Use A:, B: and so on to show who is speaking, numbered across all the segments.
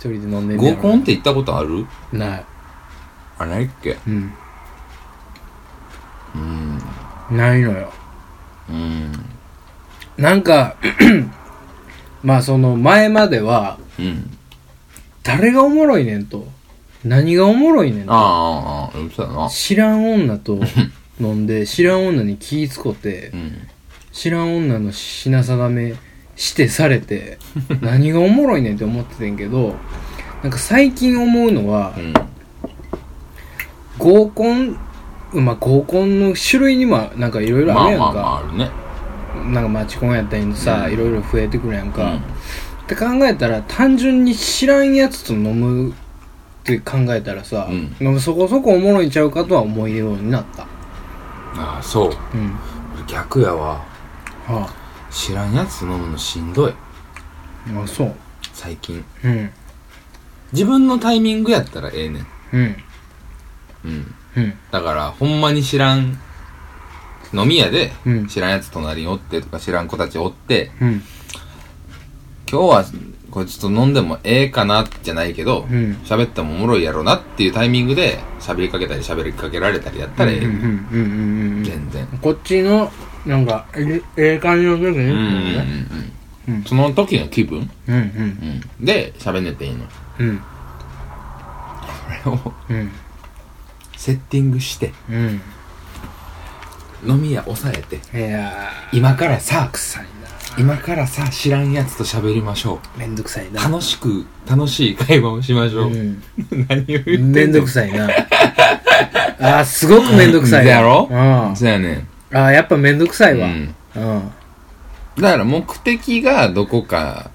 A: 人で飲んでんねや
B: 合
A: ろ
B: コンって行ったことある
A: ない
B: あないっけ
A: うん
B: うん
A: ないのよ
B: うん
A: なんか まあその前までは
B: うん
A: 誰がおもろいねんと何がおもろいねんと
B: ああああそうやな
A: 知らん女 と飲んで知らん女に気ぃつこて
B: うん
A: 知らん女の品定めしてされ て何がおもろいねんって思っててんけどなんか最近思うのは
B: うん
A: 合コンまあ合コンの種類にもなんかいろいろ
B: ま
A: あ
B: あ
A: るやん
B: まあま
A: か
B: ああるね
A: なんかマチコンやったりさ
B: うん
A: いろいろ増えてくるやん
B: う
A: か、
B: ん
A: って考えたら単純に知らんやつと飲むって考えたらさ、
B: うん
A: でもそこそこおもろいんちゃうかとは思えるようになった
B: ああそう
A: うん
B: 逆やわ
A: は
B: 知らんやつ飲むのしんどい
A: ああそう
B: 最近
A: うん
B: 自分のタイミングやったらええねん
A: うん
B: うん
A: うん
B: だからほんまに知らん飲み屋で
A: うん
B: 知らんやつ隣におってとか知らん子たちおって
A: うん
B: 今日はこいつと飲んでもええかなじゃないけど
A: うん
B: 喋、ってもおもろいやろなっていうタイミングで喋りかけたり喋りかけられたりやったらええ
A: うんう
B: ねん、
A: んうんうんうん
B: 全然
A: こっちのなんかえええ感じの時に
B: うんうんうんう
A: うん
B: んその時の気分、
A: うんうん
B: うん、で喋んねていいのこ
A: うん
B: れを
A: うん
B: セッティングして
A: うん
B: 飲み屋抑えて
A: いやー
B: 今からさ
A: 臭い
B: 今からさ知らんやつと喋りましょ
A: なめんどくさいうな
B: 楽しく楽しい会話をしましょう、
A: ん
B: 何を言ってんの
A: めんどくさいな あーすごくめんどくさいわ
B: だろ
A: うんあ
B: そうやねん
A: ーやっぱめんどくさいわ
B: うん
A: うん
B: だから目的がどこか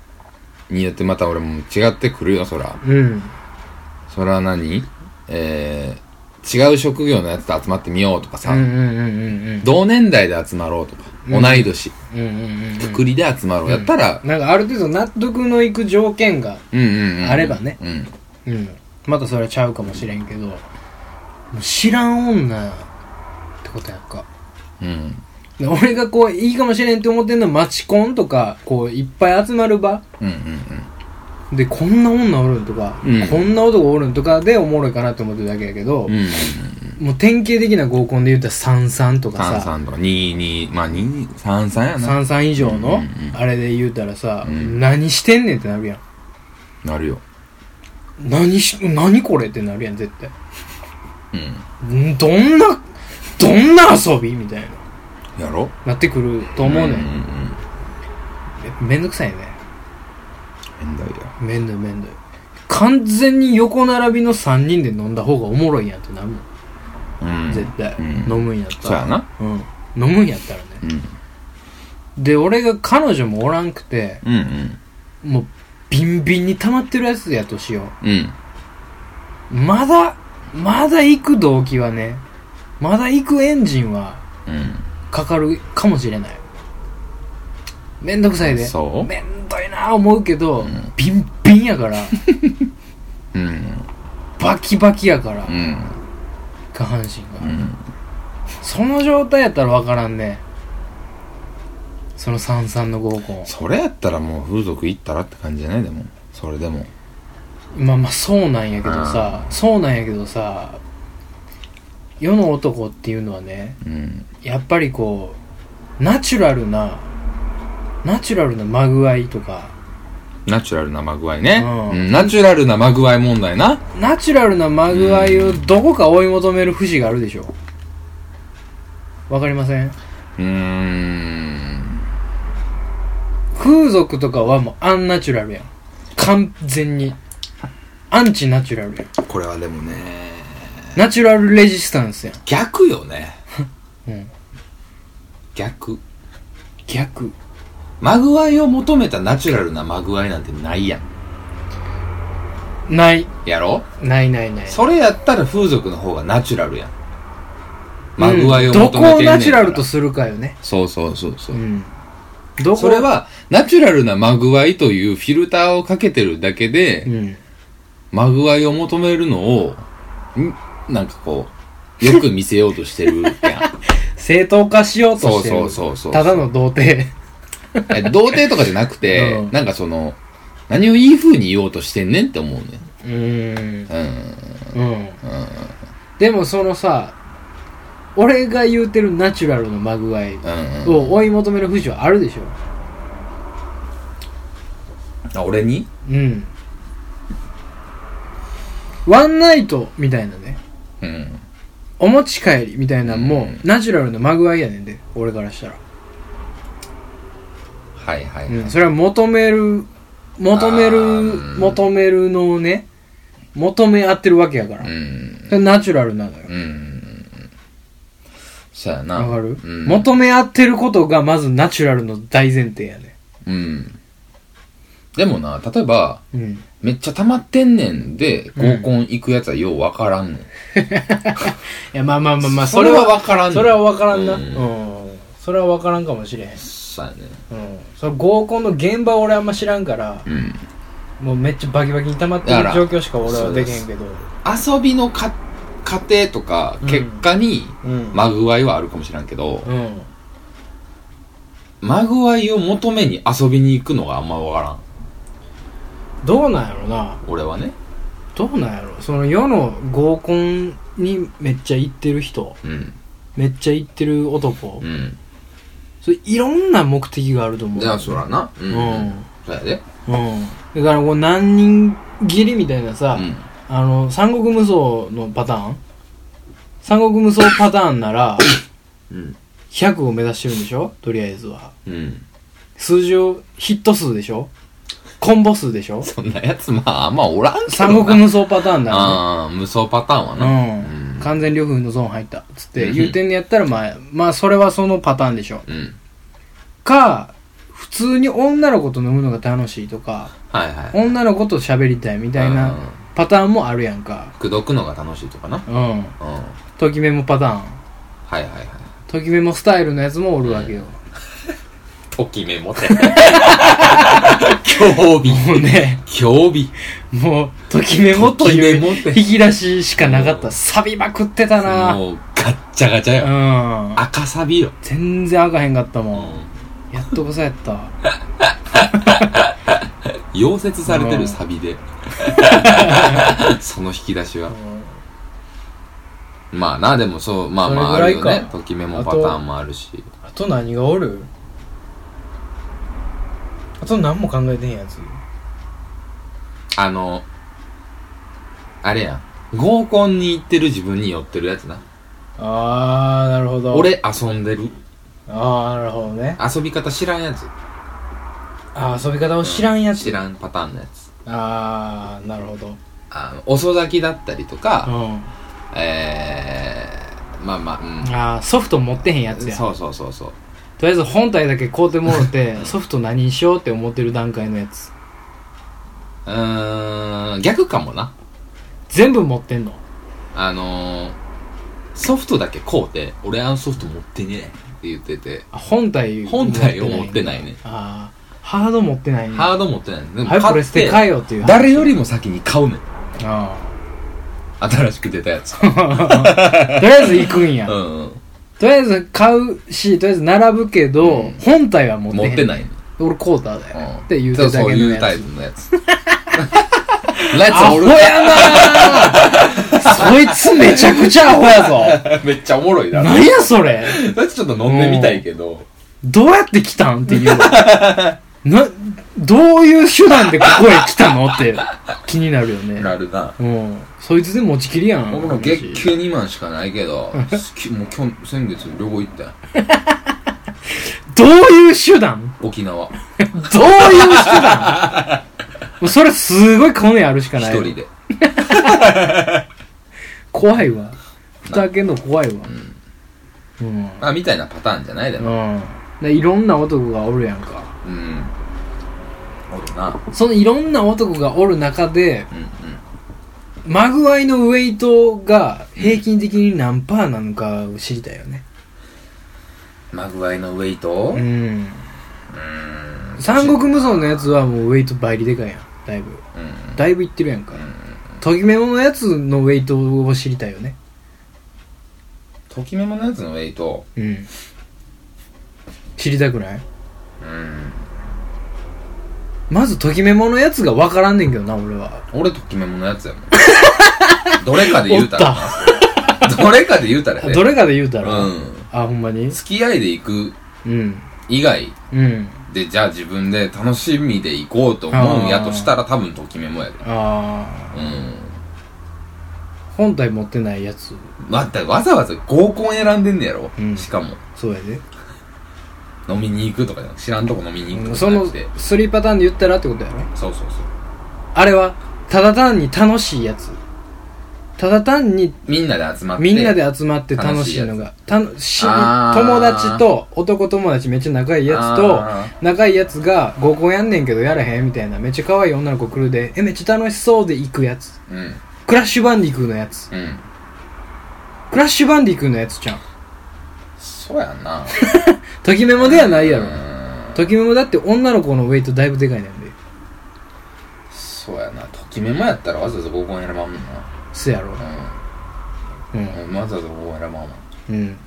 B: によってまた俺も違ってくるよ、そら。
A: うん
B: そら何えー、違う職業のやつと集まってみようとかさ、
A: うんうんうんうん
B: 同年代で集まろうとか、
A: うん
B: 同い年、
A: うんうんうん
B: くくりで集まろうやったら、
A: なんかある程度納得のいく条件が、
B: うん、うんうんうん
A: あればね。
B: うん。
A: うん、またそれはちゃうかもしれんけどもう知らん女ってことやんか
B: うん。
A: で俺がこういいかもしれんって思ってんのはマチコンとかこういっぱい集まる場
B: うんうん
A: でこんな女おるんとか、
B: うん
A: こんな男おるんとかでおもろいかなって思ってるだけやけど、
B: うん。うん。
A: もう典型的な合コンで言ったら33とか
B: 三
A: さ
B: 三とか、二二まあ二三三やな。
A: 33以上
B: う
A: の
B: んうんうん
A: あれで言うたらさ、
B: うん
A: 何してんねんってなるやん
B: なるよ。
A: 何し何これってなるやん絶対
B: うん。
A: んどんなどんな遊びみたいな
B: やろ
A: なってくると思うねん、
B: んん
A: めんどくさいね
B: うん。めんどいよ。
A: めんどいめんどい完全に横並びの3人で飲んだ方がおもろいやんってなるもん、
B: うん。
A: 絶対、
B: うん
A: 飲むんやった
B: そう
A: ら
B: やな。
A: うん飲むんやったらね
B: うん。
A: で俺が彼女もおらんくて
B: うんうん。
A: もうビンビンに溜まってるやつやとしよ
B: うん。
A: うまだまだ行く動機はねまだ行くエンジンは
B: うん。
A: かかるかもしれないめんどくさいで
B: そう
A: めんどいな思うけど、
B: ん
A: ビンビンやから
B: うん。
A: バキバキやから
B: うん。
A: 下半身が、
B: うん。
A: その状態やったら分からんねその三々の合コン
B: それやったらもう風俗行ったらって感じじゃないでも。それでも。
A: まあまあそうなんやけどさそうなんやけどさ世の男っていうのはね
B: うん。
A: やっぱりこうナチュラルなナチュラルなまぐ合いとか
B: ナチュラルなまぐわいね。
A: うん
B: うん。ナチュラルなまぐわい問題な。
A: ナチュラルなまぐ合いをどこか追い求める節があるでしょわかりません
B: うーん。
A: 風俗とかはもうアンナチュラルやん完全にアンチナチュラルやん
B: これはでもね、
A: ナチュラルレジスタンスやん
B: 逆よね。
A: うん
B: 逆。
A: 逆
B: まぐわいを求めたナチュラルなまぐわいなんてないやん。
A: ない
B: やろ
A: ないないない
B: それやったら風俗の方がナチュラルやん。まぐわいを求めてんねんから、
A: うんどこをナチュラルとするかよね
B: そうそうそうそうう。
A: んどこ
B: それは、ナチュラルなまぐわいというフィルターをかけてるだけで、
A: うん
B: まぐわいを求めるのを、んなんかこう、よく見せようとして るやん。
A: 正当化しようと
B: そう
A: してる
B: そうそうそう。
A: ただの童貞
B: え童貞とかじゃなくて、
A: うん
B: なんかその、何をいい風に言おうとしてんねんって思うね
A: うーん
B: ん。うん。
A: うんでもそのさ俺が言うてるナチュラルのまぐわい
B: うん。
A: を追い求める風潮あるでしょ
B: あ、俺に
A: うんワンナイトみたいなね
B: うん。
A: お持ち帰りみたいなんも、
B: うん
A: ナチュラルのまぐわいやねんで俺からしたら、
B: はいはいうはい。
A: ん、それは求める求め
B: あ
A: る
B: ーうん
A: 求めるのをね求め合ってるわけやから、
B: うん。
A: それナチュラルなのよ
B: うん。そうやな。
A: わかる、
B: うん。
A: 求め合ってることがまずナチュラルの大前提やね
B: うん。でもな、例えば、
A: うん
B: めっちゃ溜まってんねんで、合コン行くやつはようわからんねん。
A: いやまあまあまあまあ
B: それはわからんねん。
A: それは分からんなう、
B: うん
A: それは分からんかもしれへん、うん、
B: そうやね。
A: その合コンの現場俺あんま知らんから
B: うん。
A: もうめっちゃバキバキに溜まって
B: だ
A: る
B: から
A: 状況しか俺はできへんけど
B: 遊びのか過程とか
A: うん
B: 結果に
A: うん
B: まぐわいはあるかもしらんけど、
A: うん
B: まぐわいを求めに遊びに行くのがあんまわからん
A: どうなんやろな
B: 俺はね
A: どうなんやろその世の合コンにめっちゃ行ってる人
B: うん
A: めっちゃ行ってる男、
B: うん
A: それいろんな目的があると思う
B: いやそらなうん、
A: うん
B: そうやで
A: うん、だからこう何人切りみたいなさ、
B: うん
A: あの三国無双のパターン三国無双パターンなら
B: うん
A: 100を目指してるんでしょとりあえずは
B: うん
A: 数字をヒット数でしょコンボ数でしょ
B: そんなやつまああんまおらんけどな
A: 三国無双パターンなら、ね
B: ああ無双パターンは
A: う
B: な、
A: ん
B: うん
A: 完全両夫のゾーン入ったつって
B: うん
A: 言うてんのやったらまあまあそれはそのパターンでしょ
B: うん、
A: か普通に女の子と飲むのが楽しいとか
B: はいはい
A: 女の子と喋りたいみたいな
B: うん
A: パターンもあるやんか
B: 口説くのが楽しいとかな
A: うん
B: うんはい
A: ときめもパターン
B: はいはい
A: ときめもスタイルのやつもおるわけよ、
B: ときめもて興味
A: もうね
B: 興味
A: もうときめもとい
B: ときめもって
A: う引き出ししかなかっ
B: う
A: た
B: ん
A: 錆びまくってたな
B: もうガッチャガチャよ、
A: うん
B: 赤サビよ、
A: 全然あかへんかったもん、やっとこさやったわ
B: 溶接されて
A: う
B: る
A: ん
B: サビでその引き出しはまあなでもそうまあまあ
A: そ
B: あ
A: れ
B: る
A: ぐ
B: よ
A: らいか
B: ねときめもパターンもあるし
A: あと何がおるあと何も考えてへんやつ
B: あのあれやん合コンに行ってる自分に寄ってるやつな
A: ああなるほど
B: 俺遊んでる
A: ああなるほどね
B: 遊び方知らんやつ
A: あー遊び方を知らんやつ
B: 知らんパターンのやつ
A: ああなるほど
B: あの遅咲きだったりと
A: う
B: か、
A: ん
B: えー、まあまあうん
A: あーソフト持ってへんやつや
B: そうそうそうそう
A: とりあえず本体だけ買うてもろて ソフト何にしようって思ってる段階のやつ
B: うーん逆かもな
A: 全部持ってんの
B: あのー、ソフトだけこうて、俺あのソフト持ってねえって言ってて、
A: あ本体
B: 本体を持ってないね。
A: ああハード持ってないね
B: ハード持ってないね。で
A: はいプレステ買えよっていう話
B: 誰よりも先に買うねん。
A: あ
B: 新しく出たやつ。
A: あとりあえず行くんや、
B: うんうん。
A: とりあえず買うしとりあえず並ぶけど、
B: うん
A: 本体は持ってへ
B: 持
A: ん
B: ってないね。
A: 俺コーターだよ、
B: うん。
A: って言うてただ
B: そう
A: け
B: い
A: の
B: うタ
A: や
B: イ
A: つ
B: プの やつ。レ
A: ア
B: ッツ
A: ホ
B: オル
A: やなーそいつめちゃくちゃアホやぞ
B: めっちゃおもろいな。
A: 何やそれ
B: それちょっと飲んでみたいけど、
A: どうやって来たんっていう。 な、どういう手段でここへ来たのって気になるよね。
B: なるな。
A: うん。そいつで持ちきりやん。
B: 僕の
A: 話
B: 月給2万しかない けど、きもう今日、先月旅行行ったよ
A: どういう手段
B: 沖縄。
A: どういう手段もうそれすごい骨あるしかな
B: 一
A: い。
B: 人で。
A: 怖いわ。蓋開けんの怖いわ。うん。
B: あ、みたいなパターンじゃないだ
A: う
B: ろ。
A: ん。でいろんな男がおるやんか。
B: うん。おるな。
A: そのいろんな男がおる中で、
B: うんうん。
A: マグワイのウェイトが平均的に何パーなのかを知りたいよね。
B: マグワイのウェイト
A: う、ん三国無双のやつはもうウェイト倍にでかいやんだいぶ
B: うん
A: だいぶいってるやんかときめものやつのウェイトを知りたいよね
B: ときめものやつのウェイト、
A: うん知りたくない
B: うん、
A: まずときめものやつが分からんねんけどな俺は
B: 俺ときめものやつや もんどれかで言うた
A: お
B: らなどれかで言うたら
A: あ
B: ね
A: どれかで言うたら、
B: うん
A: あほんまに
B: 付き合いで行く
A: うん
B: 以外
A: うん
B: でじゃあ自分で楽しみで行こうと思うんやとしたら多分ときめもやで
A: ああ
B: うん
A: 本体持ってないやつ
B: だってわざわざ合コン選んでんねやろ、
A: うん
B: しかも
A: そうやで、
B: 飲みに行くとかじゃなく知らんとこ飲みに行く
A: うん
B: と
A: そ
B: かじゃ
A: の
B: なくて
A: 3パターンで言ったらってことやろ
B: そうそうそう
A: あれはただ単に楽しいやつただ単に
B: みんなで集まって
A: みんなで集まって楽しいのが楽しい
B: あー
A: 友達と男友達めっちゃ仲いいやつと
B: あー
A: 仲いいやつが合コンやんねんけどやらへんみたいなめっちゃ可愛い女の子来るでえめっちゃ楽しそうで行くやつ
B: うん
A: クラッシュバンディクーのやつ
B: うん
A: クラッシュバンディクーのやつちゃん
B: そうやんな
A: ときメモではないやろ
B: うん
A: ときメモだって女の子のウェイトだいぶでかいねんで
B: そうやなときめもやったらわざわざ合コン選ばんもんな
A: せやろうん
B: うんわざわざ合コン選ばんもん
A: うん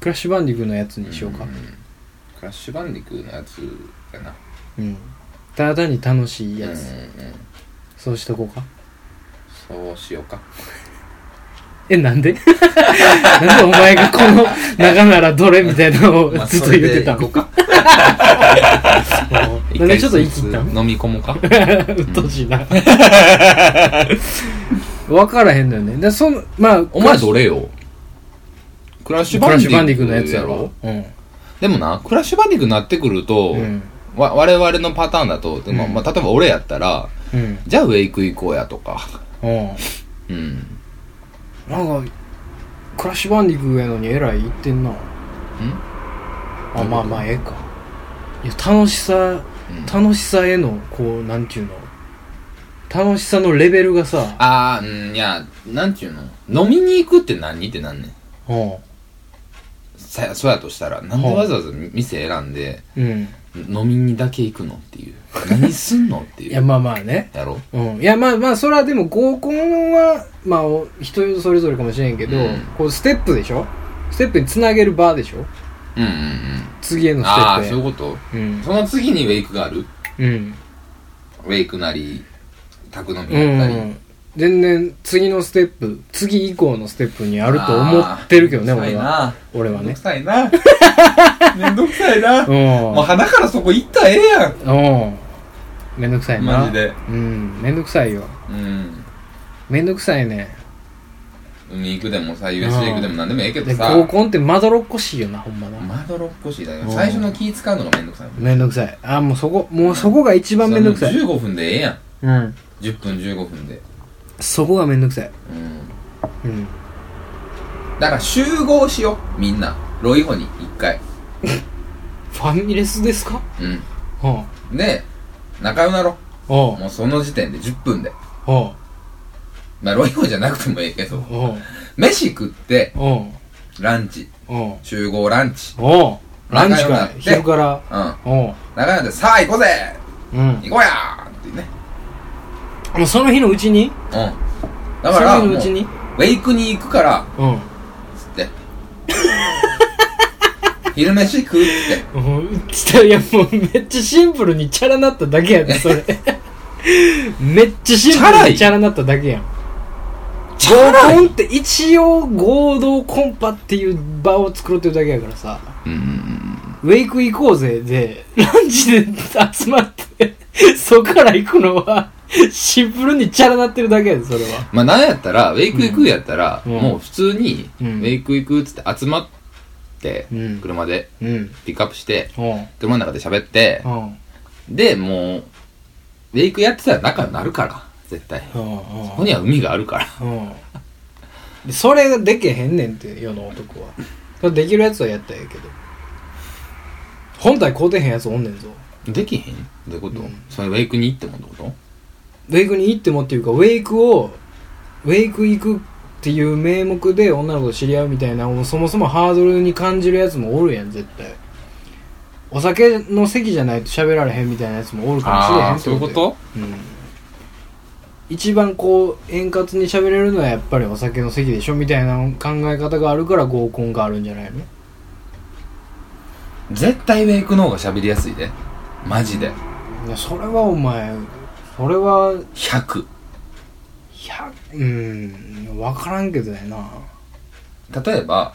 A: クラッシュバンディクーのやつにしようか
B: んクラッシュバンディクーのやつやな
A: うんただ単に楽しいや
B: う
A: つ
B: んうんうん
A: そうしとこうか
B: そうしようか
A: え、なんで なんでお前がこの中ならどれみたいなの
B: ま
A: を
B: あ
A: ずっと言ってた
B: そ
A: の
B: れで行こうか
A: もう なんでちょっと言い切ったの
B: 一回ずつ飲み込もうか
A: うっとうしいな。分からへんのよね。で、その、まあ、
B: お前どれよクラッシ
A: ク
B: ュバ
A: ラッ
B: ン
A: シ
B: デ
A: ュバンディ
B: ィ
A: クー
B: クー
A: のやつやろうん。
B: でもなクラッシュバンディクーになってくると、
A: うん。
B: わ我々のパターンだと、まあまあ、例えば俺やったら
A: うん。
B: じゃあウェイク行こうやとか
A: うん。
B: うん
A: なんか、クラッシュバンディクーやのにえらい言ってんな。あ、まあまあ、ええか。いや、楽しさ、
B: うん
A: 楽しさへの、こう、なんていうの楽しさのレベルがさ、
B: あーうんいやなんちゅうの飲みに行くって何ってなんねん
A: うん。
B: さそうやとしたらなんでわざわざ店選んで
A: うん。
B: 飲みにだけ行くのっていう何すんのって
A: い
B: い
A: や、
B: う
A: まあまあね。
B: やろ
A: うん、いやまあまあそれはでも合コンはまあお人それぞれかもしれんけど、
B: うん
A: こうステップでしょステップにつなげる場でしょ
B: うんうんうん
A: 次へのステ
B: あ
A: ッ
B: あ
A: プへ
B: そういうこと
A: うん
B: その次にウェイクがある
A: うん、
B: ウェイクなり宅飲み
A: う
B: やったり、
A: ん、全然次のステップ次以降のステップにあると思ってるけどね
B: あーめん
A: 俺
B: どく
A: は俺はね
B: さ いなめんどくさいなめんどくさいな
A: う
B: もうん鼻からそこ行ったらええやん
A: うんめんどくさいな
B: マジで
A: うんめんどくさいよ
B: うん
A: めんどくさいね
B: 海行くでもさ USJ 行くでも何でもええけど
A: で
B: さ
A: 合コンってまどろっこしいよなほんまな
B: まどろっこしいだよ
A: うん
B: 最初の気使うのがめんどくさい
A: めんどくさいあーもうそこもうそこが一番めんどくさい
B: それもう15分でええやん
A: うん
B: 10分15分で
A: そこがめんどくさい
B: うん
A: うん
B: だから集合しようみんなロイホに一回
A: ファミレスですか
B: う
A: は
B: んで仲良くなろ
A: あ、は
B: もうその時点で10分で
A: あ、は
B: まあロイホじゃなくてもええけど
A: あ、は
B: 飯食って
A: あ、は
B: ランチ
A: あ、は
B: 集合ランチ
A: あ、はあ、ランチ
B: 仲良く
A: か
B: ないって
A: 昼から、
B: うん
A: おう
B: 仲良くなってさあ行こうぜ
A: うん。
B: 行こうやーってね
A: もうその日のうちに
B: うんだから
A: そ
B: も
A: の日の
B: う
A: うち
B: ウ
A: に
B: ェイクに行くから
A: うん。
B: つって 昼飯食うって
A: うん、つったらいやもうめっちゃシンプルにチャラなっただけやん、 それ。めっちゃシン
B: チャ
A: プ
B: ラ
A: ル
B: い
A: にチャラなっただけやん。
B: チャラ
A: 合
B: い
A: コンって一応合同コンパっていう場を作ろうってるだけやからさ。ウェイク行こうぜで、ランチで集まって、 そこから行くのは、シンプルにチャラなってるだけやで、それは。
B: まあなんやったらウェイク行くやったら、
A: うん
B: もう普通にウ
A: うん
B: ェイク行くっつって集まって、
A: うん
B: 車で
A: うん。
B: ピックアップして
A: うん。
B: 車の中で喋って
A: う、ん。
B: でもうウェイクやってたら仲になるから絶対
A: う
B: ここには海があるから
A: ん。うん。でそれができへんねんって、世の男は。それできるやつはやったらええけど。本体買うてへんやつおんねんぞ。
B: できへんどういうこと、
A: うん
B: そのウェイクに行ってもってこと
A: ウェイクに行ってもっていうか、ウェイクを、ウェイク行くっていう名目で女の子と知り合うみたいな、もうそもそもハードルに感じるやつもおるやん、絶対。お酒の席じゃないと喋られへんみたいなやつもおるかもしれへん
B: ーそういうこ
A: よ
B: と
A: うん。一番こう、円滑に喋れるのはやっぱりお酒の席でしょみたいな考え方があるから合コンがあるんじゃないの
B: 絶対ウェイクの方が喋りやすいでマジで
A: いやそれはお前それは
B: 100
A: 100うん分からんけどやな
B: 例えば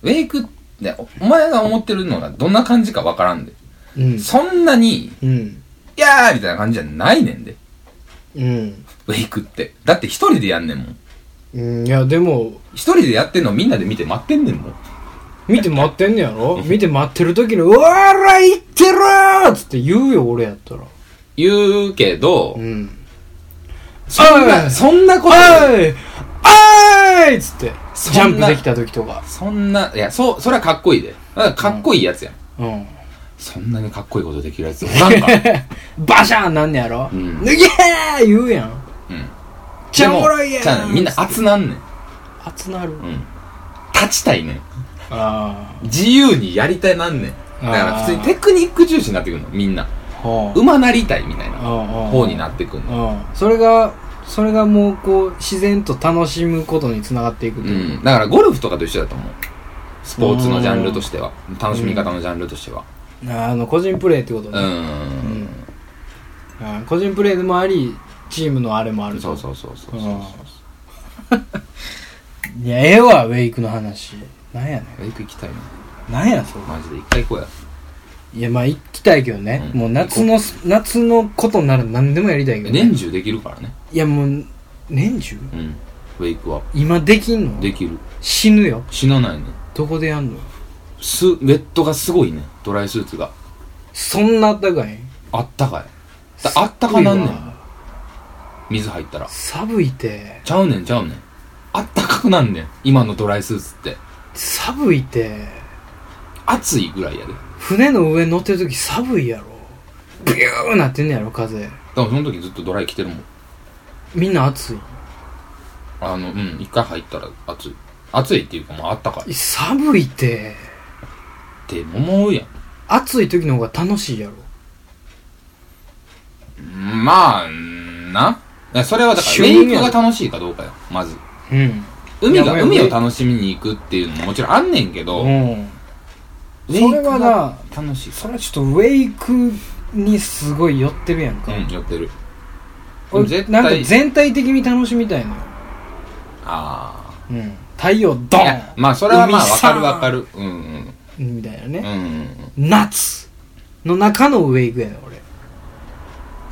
B: ウェイクっておお前が思ってるのがどんな感じかわからんで
A: うん
B: そんなに
A: うん
B: 「いやー!」みたいな感じじゃないねんで
A: うん、
B: ウェイクってだって一人でやんねんもん
A: うん、いやでも
B: 一人でやってんのみんなで見て待ってんねんもん
A: 見て待ってんねやろ見て待ってる時に「うわらいってろ!」っつって言うよ俺やったら
B: 言うけど、
A: うん
B: そん
A: お
B: ないそん
A: 「
B: なこと
A: あいあい!」っつって
B: そん
A: ジ
B: な
A: ャンプできた時とか
B: そんないやそうそれはかっこいいでだからかっこいいやつやん、
A: うん
B: そんなにかっこいいことできるやつお らんから
A: バシャーンなんねやろ「
B: うん
A: イエーイ!」言うやん
B: うん
A: ちゃおもろいやん
B: ちゃうねみんな熱なんねん、
A: 熱なる
B: うん、立ちたいねん
A: あ
B: 自由にやりたいなんねんだから普通にテクニック重視になってくるのみんな
A: あほう
B: 馬なりたいみたいな
A: 方
B: 方になってくるの
A: うんそれがそれがもうこう自然と楽しむことにつながっていく
B: う
A: というん
B: だからゴルフとかと一緒だと思うスポーツのジャンルとしては楽しみ方のジャンルとしては
A: あの個人プレーってこと
B: う
A: ね
B: ん
A: うん個人プレーでもありチームのあれもある
B: そうそうそうそうそうそう
A: いやええわウェイクの話なんやね
B: ウェイク行きたいな
A: な
B: ん
A: んやそれ
B: マジで一回行こうや
A: いやまあ行きたいけどね、
B: うん
A: もう夏の夏のことなら何でもやりたいけど、ね
B: 年中できるからね
A: いやもう年中
B: うんウェイクは
A: 今できんの
B: できる
A: 死ぬよ
B: 死なないね
A: どこでやんの
B: スウェットがすごいねドライスーツが
A: そんなあったかい
B: あったかいだあったかなんね
A: 寒い
B: ん
A: わ
B: 水入ったら
A: 寒いて
B: ちゃうねんちゃうねんあったかくなんねん今のドライスーツって
A: 寒いて
B: 暑いぐらいやで
A: 船の上乗ってる時寒いやろビューなってんねやろ風
B: 多分その時ずっとドライ着てるもん
A: みんな暑い
B: あのうん一回入ったら暑い暑いっていうかまああったかいっ
A: 寒いて
B: て思うや
A: 暑い時の方が楽しいやろ
B: んまあなだからそれはだからウ
A: 旬や
B: ェイクが楽しいかどうかよまず
A: うん
B: 海
A: い
B: が
A: や
B: 海を楽しみに行くっていうのももちろんあんねんけど、
A: うん
B: ウェイク
A: それはな
B: が楽しい
A: それはちょっとウェイクにすごい寄ってるやんか、
B: うんやってる
A: 俺
B: 絶
A: なんか
B: 対
A: 全体的に楽しみたいのよ、
B: ああ
A: うん、太陽ド
B: いやまあそれはまあ
A: 海
B: わ
A: さ
B: か
A: ー
B: るわかるうんうん
A: ンみたいな
B: うんう
A: ね、
B: ん
A: 夏の中のウェイクやねん俺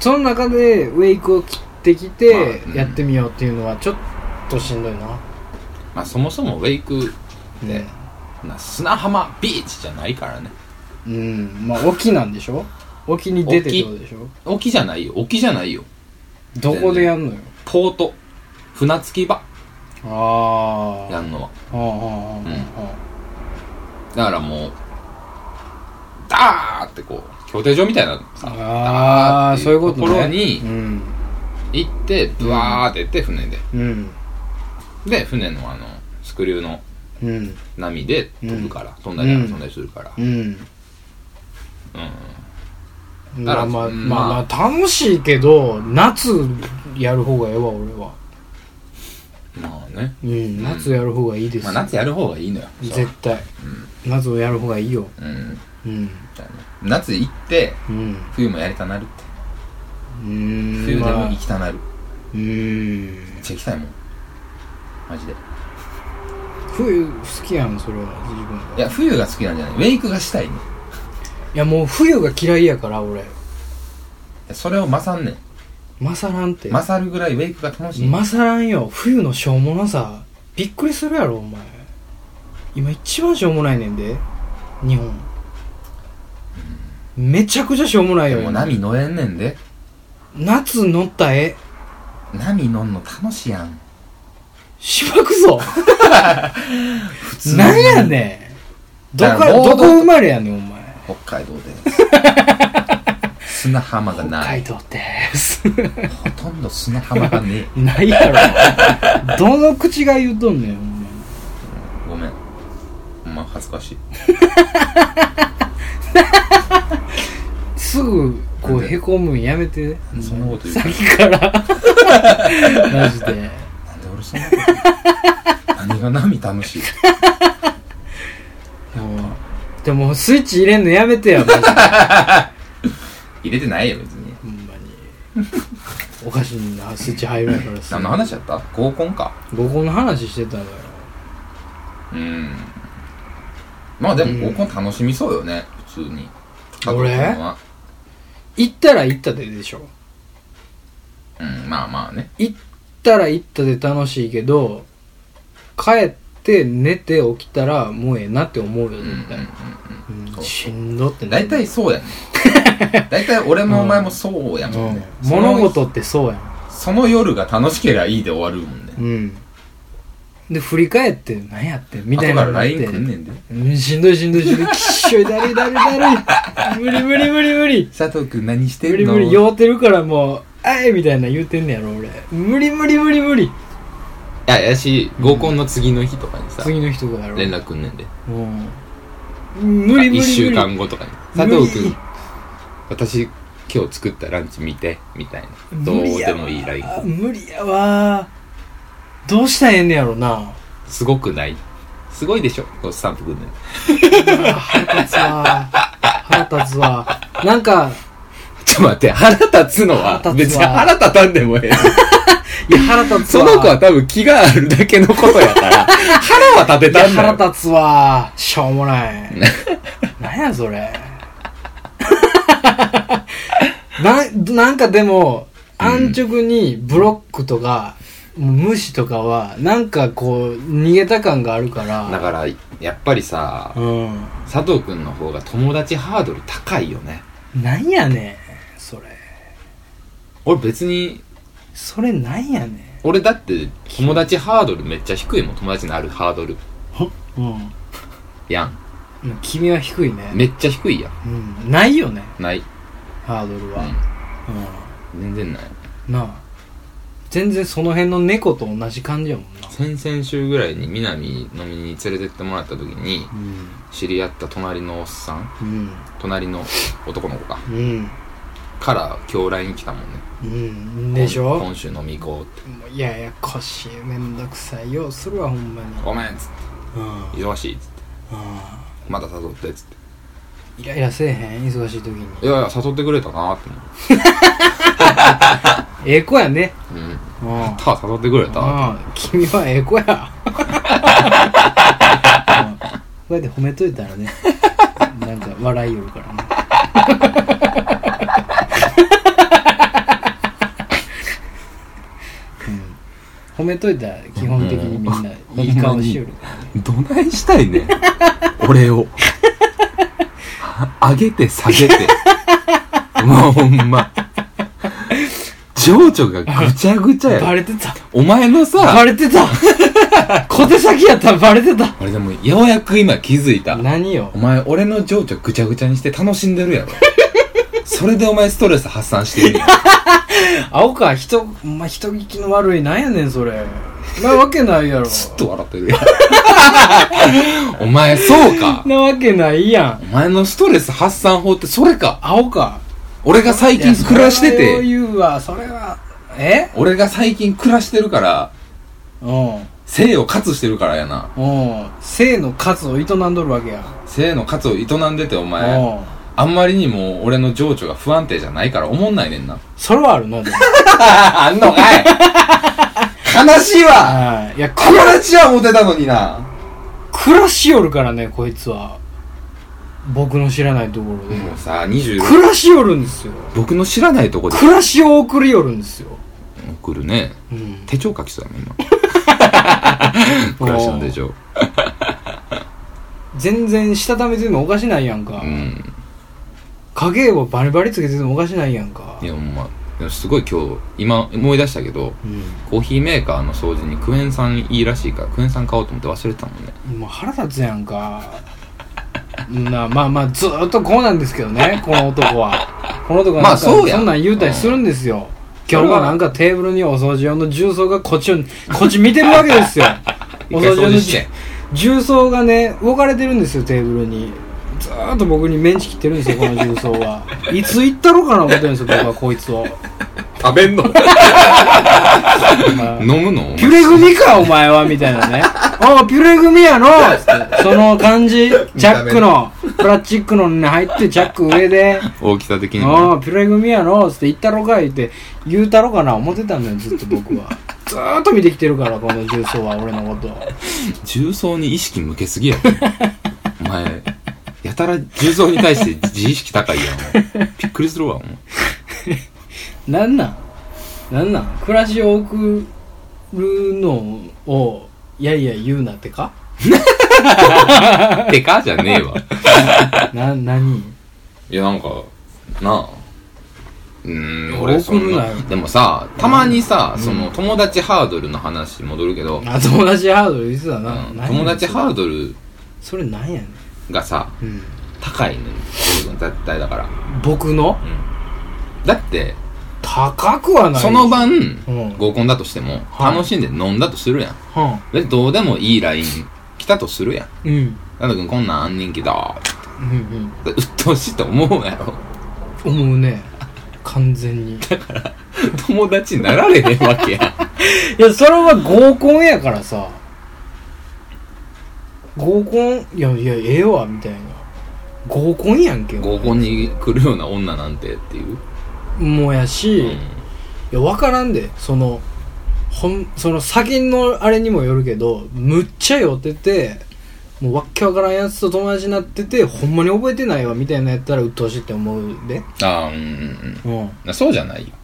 A: その中でウェイクを切ってきて
B: まあうん
A: やってみようっていうのはちょっとしんどいな、
B: まあそもそもウェイク
A: うん
B: ねな砂浜ビーチじゃないからね
A: うんまあ沖なんでしょ沖に出てってことでしょ
B: 沖じゃないよ沖じゃないよ
A: どこでやんのよ
B: ポート船着き場
A: あ
B: やんのは
A: ああああ
B: だからもうダーってこう競艇場みたいなのさ
A: ああ
B: ダー
A: ー
B: って
A: そういうことね
B: ところに
A: うん
B: 行ってブワーって行って船で
A: うん
B: で船のあのスクリューの
A: うん
B: 波で飛ぶから、飛んだり
A: うん
B: 遊んだりするから、
A: うん
B: うん
A: まあまあ
B: うん
A: まあ楽しいけど夏やる方がええわ俺は
B: まあね、
A: うん夏やる方がいいです
B: まあ、
A: よ
B: 夏やる方がいいのよそう
A: 絶対夏をやる方がいいよ
B: うん
A: うん
B: じゃあね夏行って
A: うん
B: 冬もやりたなるって
A: うーん
B: 冬でも
A: まあ
B: 行きたなる、
A: うーん
B: めっちゃ行きたいもんマジで
A: 冬好きやんそれは自分
B: い
A: が
B: や冬が好きなんじゃないウェイクがしたいね
A: いやもう冬が嫌いやから俺
B: それを勝んねん
A: 勝らんって
B: 勝るぐらいウェイクが楽しい、
A: 勝らんよ冬のしょうもなさびっくりするやろお前今一番しょうもないねんで日本めちゃくちゃしょうもない
B: で
A: よ
B: も波乗れんねんで
A: 夏乗った絵
B: 波乗んの楽しいやん
A: しばくぞ
B: 普
A: なんやねんど
B: だ
A: こ
B: から
A: ど
B: 暴動
A: こ生まれやねんお前
B: 北海道で砂浜が
A: 北
B: な
A: 海
B: い
A: 道です
B: ほとんど砂浜がね
A: ないやろどの口が言うとんねんお前
B: えごめんお前恥ずかしい
A: すぐこう
B: なんで
A: へこむんやめて
B: そんなこと言う
A: さっきからマジで
B: なんで俺そんなこと言う何が波楽しい
A: もうでもスイッチ入れんのやめてやマジで
C: 入れてないよ別に
A: ほんまにおかしいなスイッチ入らないからさ
C: 何の話やった合コンか
A: 合コンの話してたのよ
C: うんまあでも
A: うん
C: 合コン楽しみそうよね普通に
A: 俺
C: 家族のは
A: 行ったら行ったででしょ
C: うんまあまあね
A: 行ったら行ったで楽しいけど帰って寝て起きたらもうええなって思うよ
C: うんうん
A: 絶対、うん
C: そう
A: しんどって
C: 大体そうやね 大体俺もお前もそうや
A: う
C: もん
A: ん
C: ね、その
A: 物事ってそうやん
C: その夜が楽しけりゃいいで終わるもんね
A: うんで振り返って何やってんみたい
C: 後か
A: な
C: ら
A: のがあって
C: LINE 来んねんで
A: うんしんどいしんどいしんどいきっしょいだるいだるいだるい無理無理無理無理
C: 佐藤君何して
A: 無
C: ん
A: 理
C: の
A: 無理酔ってるからもう「あい!」みたいな言うてんねやろ俺無理無理無理無理
B: いや、やし、合コンの次の日とかにさ、
A: 次の人がやろ
B: 連絡くんねんで。
A: うん無理無理無理
B: 一週間後とかに。
A: 無理
B: 佐藤くん、私、今日作ったランチ見て、みたいな。どう
A: 無理や
B: で
A: わ
B: もいいライン。
A: 無理やわどうしたらええんねやろな
B: すごくないすごいでしょこうスタンプくんねん。
A: 腹立つわ腹立つわなんか
B: ちょっと待って、腹立つのは
A: 腹、立
B: 別
A: つ
B: に
A: わ
B: 腹立たんでもええ。
A: いや腹立つ
B: そ
A: わ
B: の子は多分気があるだけのこと やから、腹は立て
A: いや
B: たんだよ。
A: 腹立つわ しょうもないなんやそれ なんなんかでも安直にブロックとか、もう無視とかはなんかこう逃げた感があるから
B: だから、やっぱりさ、
A: うん
B: 佐藤くんの方が友達ハードル高いよね。
A: なんやねんそれ
B: 俺別に、
A: それなんやねん
B: 俺だって友達ハードルめっちゃ低いもん。友達になるハードル。
A: うん
B: やん。
A: 君は低いね
B: めっちゃ低いやん。
A: うん、ないよね
B: ない。
A: ハードルは、う
B: 全然ない。
A: ん、なあ全然その辺の猫と同じ感じやもんな
B: 先々週ぐらいに南飲みに連れてってもらった時に、
A: うん
B: 知り合った隣のおっさん、
A: うん
B: 隣の男の子か、
A: うん
B: から今日 LINE 来たもんね。
A: うんでしょ
B: 今週飲み行こうって。
A: もうややこしいめんどくさいよそれはほんまに
B: ごめんっつっ
A: うん
B: て。忙しいっつって。まだ誘ってっつって。
A: イライラせえへん忙しい時に
B: いやいや、誘ってくれたなーって思
A: ええ子やね
B: う。うん。
A: うんうん
B: ただ誘ってくれたーって。
A: 君はええ子やうんこうやって褒めといたらねなんか笑いよるからねうん褒めといたら基本的にみんないい顔しよる
B: どないしたい ねん俺を。上げて下げて。もうほんま。情緒がぐちゃぐちゃ
A: バ
B: や。
A: レてた
B: お前の
A: バ
B: さ、
A: レてた小手先やったらバレてた
B: 俺でもようやく今気づいた。
A: 何よ
B: お前俺の情緒ぐちゃぐちゃにして楽しんでるやろ。それでお前ストレス発散し てるやん。
A: 青川人お前人聞きの悪いなんやねんそれなわけないやろ
B: ずっと笑ってるやん。お前そうか。
A: なわけないやん
B: お前のストレス発散法ってそれか。
A: 青川
B: 俺が最近暮らして
A: そう
B: て、
A: いうわそれはえ
B: 俺が最近暮らしてるから、
A: うん
B: 生を喝してるからやな。
A: うん性の数を営んどるわけや
B: 生の喝を営んでてお
A: う
B: 前、
A: ん
B: あんまりにも俺の情緒が不安定じゃないから思んないねんな。
A: それはある なでも
B: あんのかい悲し いわ
A: はいいやく
B: 友達はモテたのにな。
A: 暮らしよるからねこいつは僕の知らないところで、
B: もうさ、26、
A: 暮らしよるんですよ
B: 僕の知らないとこで
A: 暮らしを送りよるんですよ、
B: 来るね。
A: うん、
B: 手帳書きそうやもん、今。暮らしの手帳。
A: 全然したためててもおかしないやんか、
B: うん。
A: 影をバリバリつけててもおかしないやんか
B: いや、ほんま。でもすごい今日、今思い出したけど、
A: うん
B: コーヒーメーカーの掃除にクエン酸いいらしいからクエン酸買おうと思って忘れてたもんね
A: もう腹立つやんかなまあまあずーっとこうなんですけどねこの男はこの男は
B: ま
A: なん
B: あ
A: か
B: そうや
A: んなん言うたりするんですよ、今日はなんかテーブルにお掃除用の重曹がこっちを こっち見てるわけですよお掃除用の
B: 一回掃除して
A: 重曹がね置かれてるんですよテーブルにずーっと僕にメンチ切ってるんですよこの重曹はいつ行ったろかな思ってるんですよ僕はこい つを
B: 食べんの
A: まあ
B: 飲むの
A: ピュレ組かお 前はみたいなねああピュレ組やのつってその感じジャックのプラスチックのに入ってチャック上で
B: 大きさ的に
A: あ
B: も
A: あ、ピュレ組やの、つって言ったろか、言って、言うたろかな、思ってたんだよ、ずっと僕 は。ずーっと見てきてるから、この重曹は、俺のこと。
B: 重曹に意識向けすぎやろお前やたら重曹に対して自意識高いやんびっくりするわお前
A: なんなんなんなん暮らしを送るのを、いやいや言うなってか
B: てかじゃねえわ
A: な、何
B: いやなんかなあうーん俺
A: 多く
B: そん
A: な
B: ないでもさたまにさ、その友達ハードルの話戻るけど、
A: あ、友達ハードル言ってた
B: う
A: な。
B: ん、友達ハー
A: ル
B: ドル
A: それなんやねん。
B: がさ
A: うん。
B: 高いのよ俺の絶対だから、
A: 僕の
B: うん、だって
A: 高くはない。
B: その晩、
A: うん
B: 合コンだとしても
A: はい
B: 楽しんで飲んだとするやん、
A: は
B: でどうでもいいライン来たとするやん
A: ん。うん。
B: なんだくんこんなんあんねんけど
A: うんうん。
B: うっとうしいと思うやろ
A: 思うね。完全 に。
B: 友達になられへんわけやん
A: いや、それは合コンやからさ。合コン、いやいや、ええわ、みたいな。合コンやんけ。
B: 合コンに来るような女なんてっていう、
A: もやし、
B: うん
A: いや、わからんで、その、ほん、その先のあれにもよるけど、むっちゃ酔ってて、もうわっけわからんやつと友達になってて、ほんまに覚えてないわ、みたいなやったら鬱陶しいって思うで。
B: ああうんうん
A: うん。
B: うんそうじゃないよ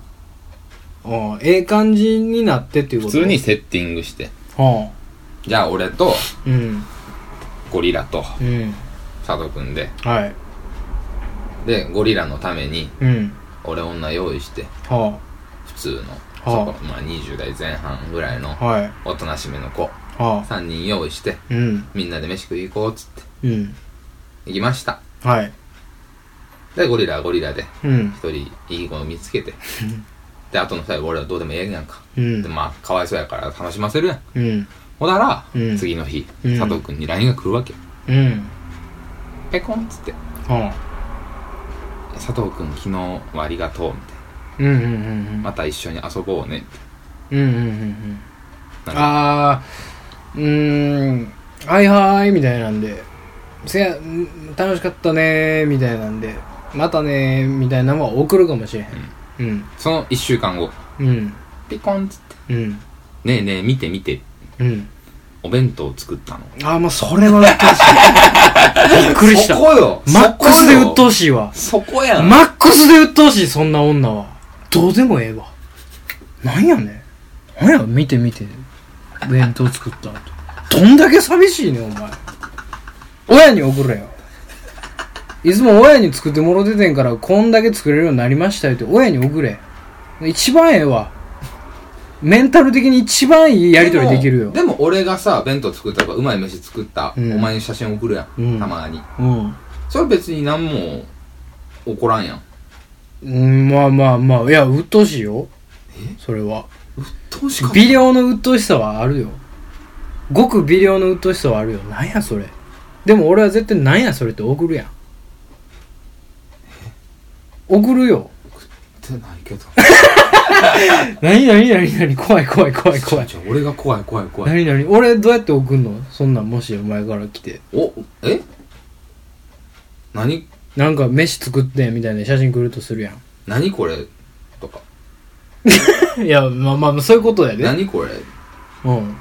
A: うん。ええ感じになってっていう
B: 普
A: こと。
B: 通に。セッティングして
A: は
B: じゃあ俺と
A: あ、うん。
B: ゴリラと
A: うん。
B: 佐藤くんで
A: はい。
B: でゴリラのために
A: うん。
B: 俺女用意して
A: は
B: 普通のそ
A: あ
B: こまあ20代前半ぐらいの
A: あ、はい。
B: おとなしめの子
A: はあ、
B: 3人用意して
A: うん。
B: みんなで飯食い行こうっつって
A: うん。
B: 行きました
A: はい。
B: でゴリラはゴリラで
A: うん。
B: 一人いい子を見つけてであとの2人は俺はどうでもええやんか、
A: うん
B: でまあかわいそうやから楽しませるやん
A: うん。
B: ほんだら、
A: うん
B: 次の日、
A: うん
B: 佐藤君に LINE が来るわけ
A: うん。
B: ペコンっつって
A: は
B: 「佐藤君昨日はありがとう」みたい
A: あ。うんうんうん
B: な「また一緒に遊ぼうね」みた
A: うん。
B: い
A: うんうんうんうん。
B: なん
A: あー、うーん。はいはい、みたいなんで。せや、ん楽しかったねー、みたいなんで。またねー、みたいなのは送るかもしれへん。うん。
B: なその1週間後
A: うん。
B: ピコンっつって
A: うん。
B: 「ねえねえ見て見て
A: うん。
B: お弁当作ったの」
A: あー、もうそれは鬱陶しい。びっくりした
B: そ。こよ
A: マックスで鬱陶
B: しい
A: しいわ。
B: そこやん、
A: マックスで鬱陶しい、そんな女は。どうでもええわ。なんやねん。なんや、見て見て。弁当作った後。どんだけ寂しいねん、お前。親に送れよ。いつも親に作ってもろててんから、こんだけ作れるようになりましたよって、親に送れ。一番ええわ。メンタル的に一番いいやりとりできるよ
B: で。もでも俺がさ弁当作ったとかうまい飯作った、
A: うん
B: お前に写真送るやん、
A: うん
B: たまに
A: うん。
B: それ別に何も怒らんやん
A: うん、まあまあまあ、いや、鬱陶しいよ。それは。
B: どうしか
A: 微量の鬱陶しさはあるよごく微量の鬱陶しさはあるよなんやそれでも俺は絶対なんやそれって送るやん送るよ
B: ってないけど
A: 何何何何怖い怖い怖い怖い
B: ちょちょ俺が怖い怖い怖い
A: 何何俺どうやって送んのそんなんもしお前から来て
B: おえ何
A: なんか飯作ってみたいな写真来るとするやん
B: 何これとか
A: いやまあまあそういうことやで
B: 何これ
A: うん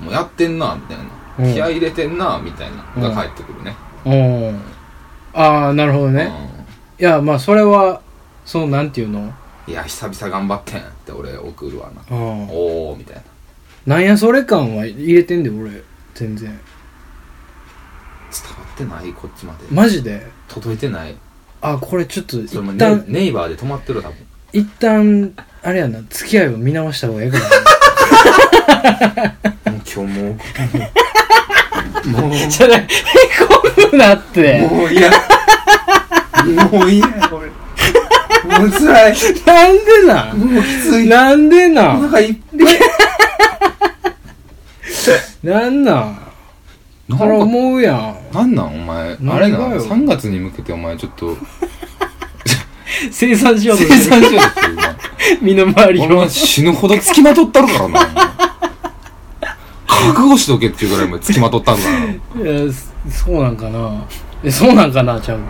B: もうやってんなみたいな、
A: うん
B: 気合い入れてんなみたいな
A: うん
B: が返ってくるね、
A: うんああなるほど
B: うん
A: ね、いやまあそれはそのなんていうの
B: いや久々頑張ってんって俺送るわな、
A: うん
B: おおみたいな
A: なんやそれ感は入れてんで俺全然
B: 伝わってないこっちまで
A: マジで
B: 届いてない
A: あこれちょっと一
B: それもネイ
A: 旦
B: ネイバーで止まってる多分
A: 一旦あれやな付き合いを見直した方がええか もね
B: もう今日もうもう
A: ちょっとへこむなって
B: もう嫌もう嫌これもう辛い
A: なんでなん
B: もうきつい
A: なんでな
B: お
A: ん
B: 腹いっぱい
A: なんなん
B: なん
A: これ
B: か
A: 思うやん
B: なんなんお前
A: 何が
B: あれな
A: よ
B: 3月に向けてお前ちょっと
A: 生産しようと
B: 生
A: して
B: 産
A: る
B: しよう としてるな
A: 身の回り
B: 俺
A: を
B: は死ぬほどつきまとったるからな覚悟しとけっていうぐらいお前つきまとったるからない
A: やそそうなんかなえそうなん かなちゃう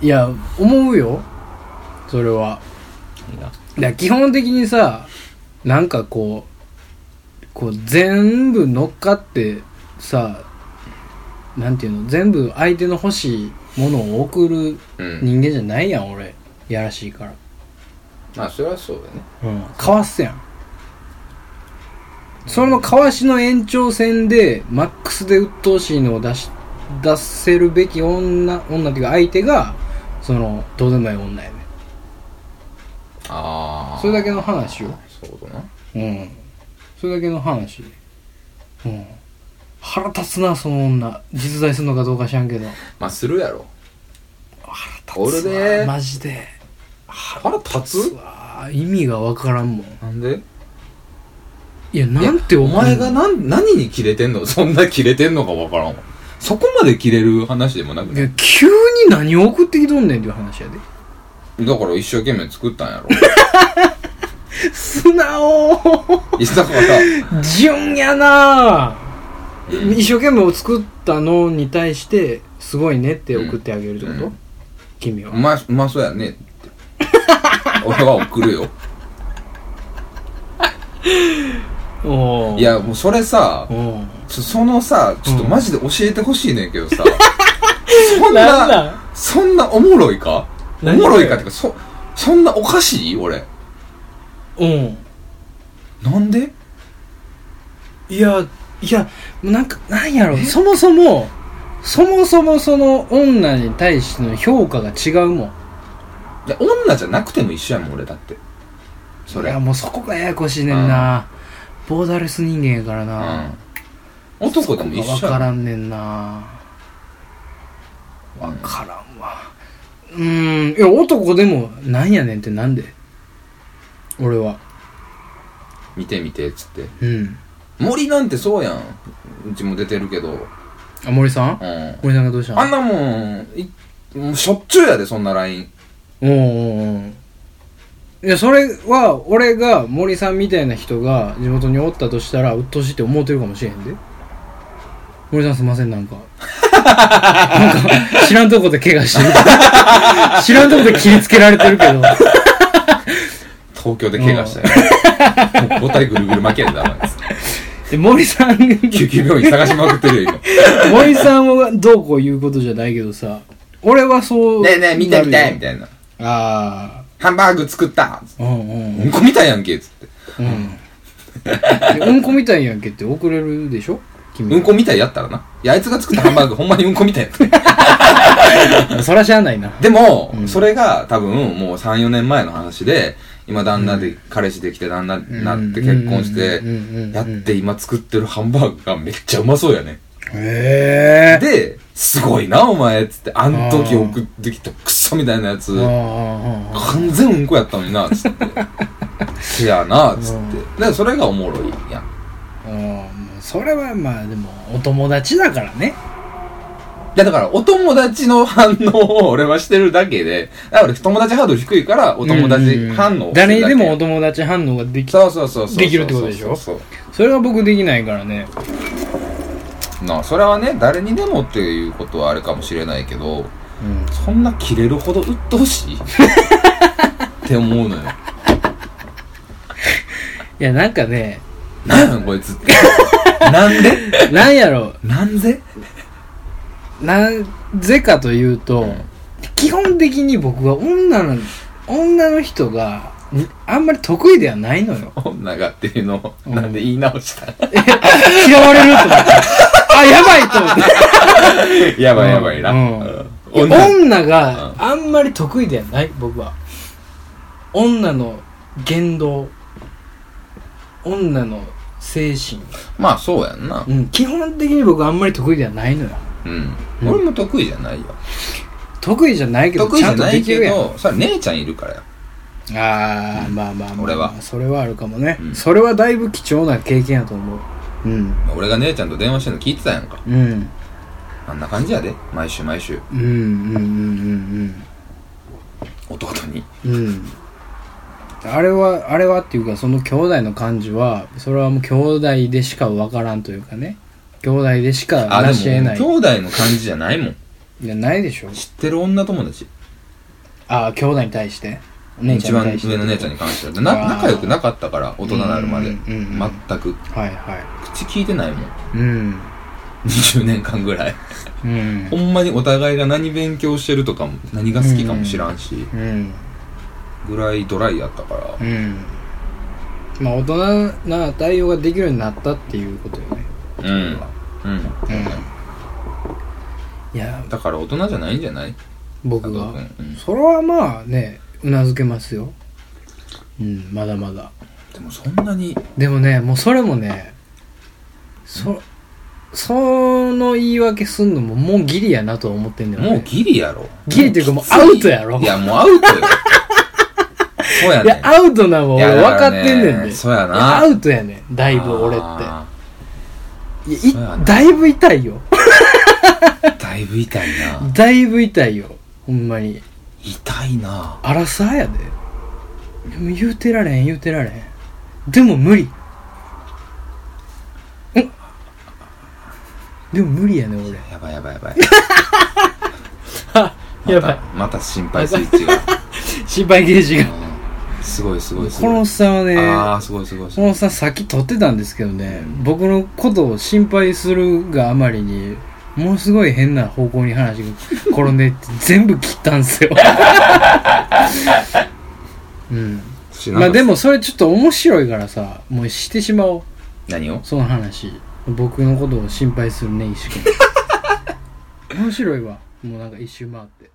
A: いや思うよそれはい
B: いな。
A: だから基本的にさなんかこうこう全部乗っかってさなんていうの全部相手の欲しいものを送る
B: うん。
A: 人間じゃないやん俺やらしいから、
B: まあ、それはそうだね。
A: うん、かわすやんそのかわしの延長戦でマックスで鬱陶しいのを出し出せるべき女女っていうか相手がそのどうでもいい女やね
B: ああ。
A: それだけの話よ
B: そういうことな。
A: うんそれだけの話うん腹立つなその女実在するのかどうか知らんけど
B: まあ、するやろ。
A: 腹立つわ
B: おるで
A: マジで
B: 腹立
A: うわ意味がわからんもん
B: つなんで
A: いやなんて
B: お前が
A: な
B: なん何にキレてんの そんなキレてんのかわからんわそこまでキレる話でもなく
A: い
B: ね
A: や急に何を送ってきとんねんっていう話やで
B: だから一生懸命作ったんやろ
A: 素直
B: いやだから
A: 純やなぁ、
B: うん
A: 一生懸命作ったのに対してすごいねって送ってあげるってこと、
B: うん
A: 君は、
B: うまいうまそうやねって 俺は送るよ
A: おー
B: いやもうそれさ
A: おー
B: ちょそのさちょっと
A: うん
B: マジで教えてほしいねんけど さそん
A: なん
B: な
A: だ
B: そんなおもろいかお
A: 何それ
B: もろいかってかそそんなおかしい俺
A: うん
B: なんで
A: いやいやなんかなんやろそもそもそもそもその女に対しての評価が違うもん
B: いや女じゃなくても一緒やもん俺だってそ
A: い
B: れ
A: やもうそこがややこしいねんな、ボーダーレス人間やからな、
B: うん、男でも一
A: わ
B: 緒や
A: からんねんな
B: もんう
A: わ
B: ん
A: からんわうーんいや男でもなんやねんってなんで俺は
B: 見て見てっつって
A: うん
B: 森なんてそうやんうちも出てるけど、うん、
A: あ森さん
B: あ
A: 森さんがどうした
B: ん
A: の
B: なもんいもうしょっちゅうやでそんな LINE
A: おうんうんいやそれは俺が森さんみたいな人が地元におったとしたら鬱陶しいって思ってるかもしれへんで森さんすいませんなんかなんか知らんとこで怪我してる知らんとこで切りつけられてるけど
B: 東京で怪我した よもう五体ぐるぐる巻きやでだから
A: で森さん
B: 救急病院探しまくってるよ今ね
A: 森さんはどうこう言うことじゃないけどさ俺はそう
B: えねえ見て見てみ
A: い
B: たいな
A: あ
B: ハンバーグ作った
A: あうんう
B: うんんこみたいやんけっつって
A: うんでうんこみたいやんけって送れるでしょ君
B: うんこみたいやったらないやあいつが作ったハンバーグほんまにうんこみたいやった
A: そらしゃあないな
B: でも、
A: うん
B: それが多分もう3、4年前の話で、今旦那で、彼氏できて旦那になって結婚して
A: うんうんうんうん、
B: やって今作ってるハンバーグがめっちゃうまそうやね。
A: へえ
B: で、すごいなお前っつって、あん時送ってきたクソみたいなやつ、
A: あ
B: 完全うんこやったのにな、つ って。せやな、つっ
A: うん
B: て。だからそれがおもろいやん。
A: あうんそれはまあでもお友達だからね
B: いやだから、お友達の反応を俺はしてるだけで、だから友達ハードル低いから、お友達反応をしてるだけ
A: 誰にでもお友達反応ができ
B: そうそうそうそう。
A: できるってことでしょ
B: そうそう
A: それは僕できないからね
B: なあそれはね誰にでもっていうことはあれかもしれないけ
A: う
B: ど
A: ん
B: そんな切れるほど鬱陶しいって思うのよ
A: いやなんかね
B: なんなんこいつってなんで
A: なんやろ
B: なんで
A: なぜかというと、
B: うん
A: 基本的に僕は女の女の人がにあんまり得意ではないのよ
B: 女がっていうのを
A: うん
B: なんで言い直した、
A: 嫌われると思ってあやばいと思って
B: やばいやばいな、
A: うん
B: うん
A: 女
B: 女
A: があんまり得意ではない僕は女の言動女の精神、
B: まあそうやんな
A: うん、基本的に僕はあんまり得意ではないのよ
B: うん、
A: うん
B: 俺も得意じゃないよ
A: 得意じゃないけど
B: 得意じゃ
A: ちゃん
B: な
A: とで
B: い
A: き
B: け
A: るやん
B: どそれは姉ちゃんいるからよ
A: ああ、まあまあまあ、
B: 俺は
A: それはあるかもね、
B: うん
A: それはだいぶ貴重な経験やと思ううん
B: 俺が姉ちゃんと電話してるの聞いてたやんか
A: うん
B: あんな感じやで毎週毎週
A: うんうんうん
B: 弟に
A: うんうんうんあれはあれはっていうかその兄弟の感じはそれはもう兄弟でしか分からんというかね兄弟でしか
B: あ、で
A: 成し得
B: も、
A: ない
B: 兄弟の感じじゃないもん。
A: いやないでしょ
B: 知ってる女友達。
A: ああ兄弟に対してお姉ち
B: 一
A: ゃんに
B: 番
A: 対して
B: 上の姉ちゃんに関しては。
A: あー
B: な、仲良くなかったから、大人になるま
A: う
B: で。
A: んうんうん
B: 全く。
A: はいは
B: 口聞いてないもん。
A: いうん
B: 20年間ぐらい。
A: うん
B: ほんまにお互いが何勉強してるとかも、何が好きかも知らんし、
A: うん
B: ぐらいドライやったから。
A: うんまあ大人な対応ができるようになったっていうことよね
B: うん。うん。
A: いや
B: だから大人じゃないんじゃない
A: 僕
B: 加
A: が
B: 藤君うん
A: それはまあねうなずけますようんまだまだ
B: でもそんなに、
A: でもねもうそれもねそその言い訳すんのももうギリやなと思ってんだよね
B: もうギリやろ。
A: ギリっていうかもうアウトやろ
B: いや、もう アウトよ。そうや
A: いや
B: ね。
A: アウトなんはい俺
B: や
A: 分
B: だ
A: かっ
B: らね
A: てんねんで
B: そうや
A: いや
B: な。
A: アウトやねんだいぶ俺って
B: あ
A: いやい
B: そうやな
A: だいぶ痛いよ
B: ーだいぶ痛いな。
A: だいぶ痛いよほんまに
B: 痛いな。
A: アラサーやででも言うてられん言うてられんでも無理んでも無理やね俺
B: やばいやばいやばい。
A: やばい
B: また心配スイッチが。
A: 心配ゲージが
B: うんすごいすごいす
A: このお
B: ご
A: っ
B: い。
A: さんはね
B: ああ、すごいすごいす
A: こ
B: ご
A: のお
B: い
A: っ。さんさっき撮ってたんですけどね
B: うん
A: 僕のことを心配するがあまりにものすごい変な方向に話が転んでいって全部切ったん ですようんまあで
B: も。
A: もそれちょっと面白いからさもうしてしまおう
B: 何を
A: その話僕のことを心配するね石君面白いわもうなんか一周回って